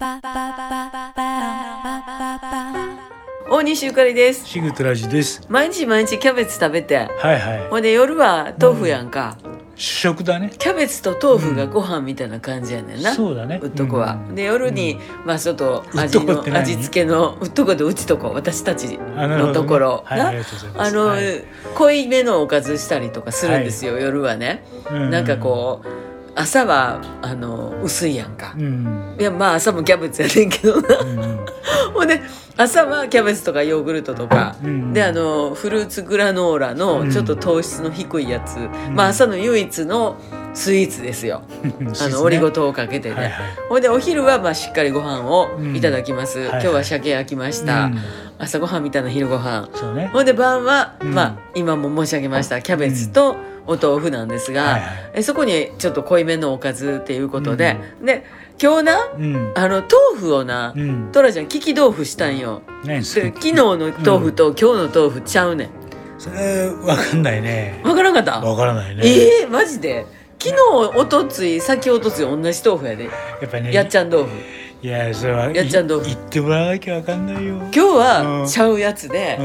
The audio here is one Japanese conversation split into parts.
ba ba ba ba ba ba ba 大西ゆかりですシグトラジです。毎日毎日キャベツ食べてはいはほんで夜は豆腐やんか、い。主食だね。キャベツと豆腐がご飯みたいな感じやねんな、そうだね。っとこは、うんで夜に、まあちょっとうっ味とこのって何味付けのうっとこでうちとこ私たちあなるほのどとねころはいなありがとうございますあの、はい濃いめのおかずしたりとかするんですよ、夜はね、うんなんかこう朝はあの薄いやんか、うん。うんいやまあ朝もキャベツやねんけどなうん。ほんで朝はキャベツとかヨーグルトとか、うんであのフルーツグラノーラうのんちょっと糖質の低いやつ、まあ朝の唯一のスイーツですよ、あのオリゴ糖をかけてね、はいはいほんでお昼はまあしっかりご飯をいただきます、ん今はいはい日は鮭焼きました、うん朝ごはんみたいな昼ご飯そうね。ほんで晩は、うんまあ今も申し上げましたキャベツとお豆腐なんですが、はいはいえそこにちょっと濃いめのおかずっていうことで、で今日なうん。あの豆腐をな、うん。トラちゃん利き豆腐したんよ何すでる昨日の豆腐と今日の豆腐ちゃうねんそれ、わかんないね。わからんかったわからないね。ええー、マジで昨日おとつい先おとつい同じ豆腐やでやっぱね。やっちゃん豆腐いや、それは。やっちゃんどうい言ってもらわなきゃわかんないよ。今日うはんちゃうやつで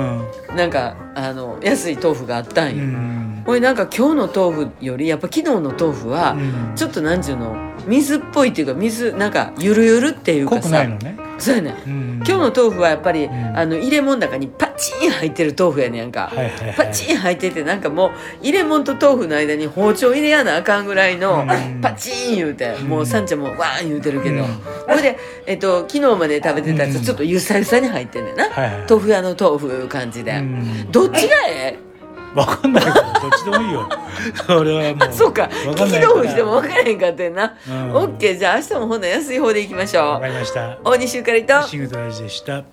う、ん。なんかあの安い豆腐があったんうよ、ん。これなんか今日の豆腐よりやっぱ昨日の豆腐は、うんちょっとなんちゅうの水っぽいっていうか水なんかゆるゆるっていう濃かくさないのね。そうやねん今今日の。豆腐はやっぱり、んあの入れ物の中にパチン入ってる豆腐やねんやんか、はいはいはいパチン入っててなんかもう入れ物と豆腐の間に包丁入れやなあかんぐらいの、うんパチン言うて、うんもうサンちゃんもわーん言うてるけど、うんほいで、えっと、昨日まで食べてたやうつんちょっとゆさゆさに入ってんねんな、はいはい豆腐屋の豆腐いう感じで、うんどっちがえわかんないから、どっちでもいいよ。それはもえ う。そうかわ利きかんないから豆腐しても分からへんかってんな、うんオッケーじゃあ明日もほんなら安い方でいきましょわかりました。う大西ゆかりとシングトラジでした。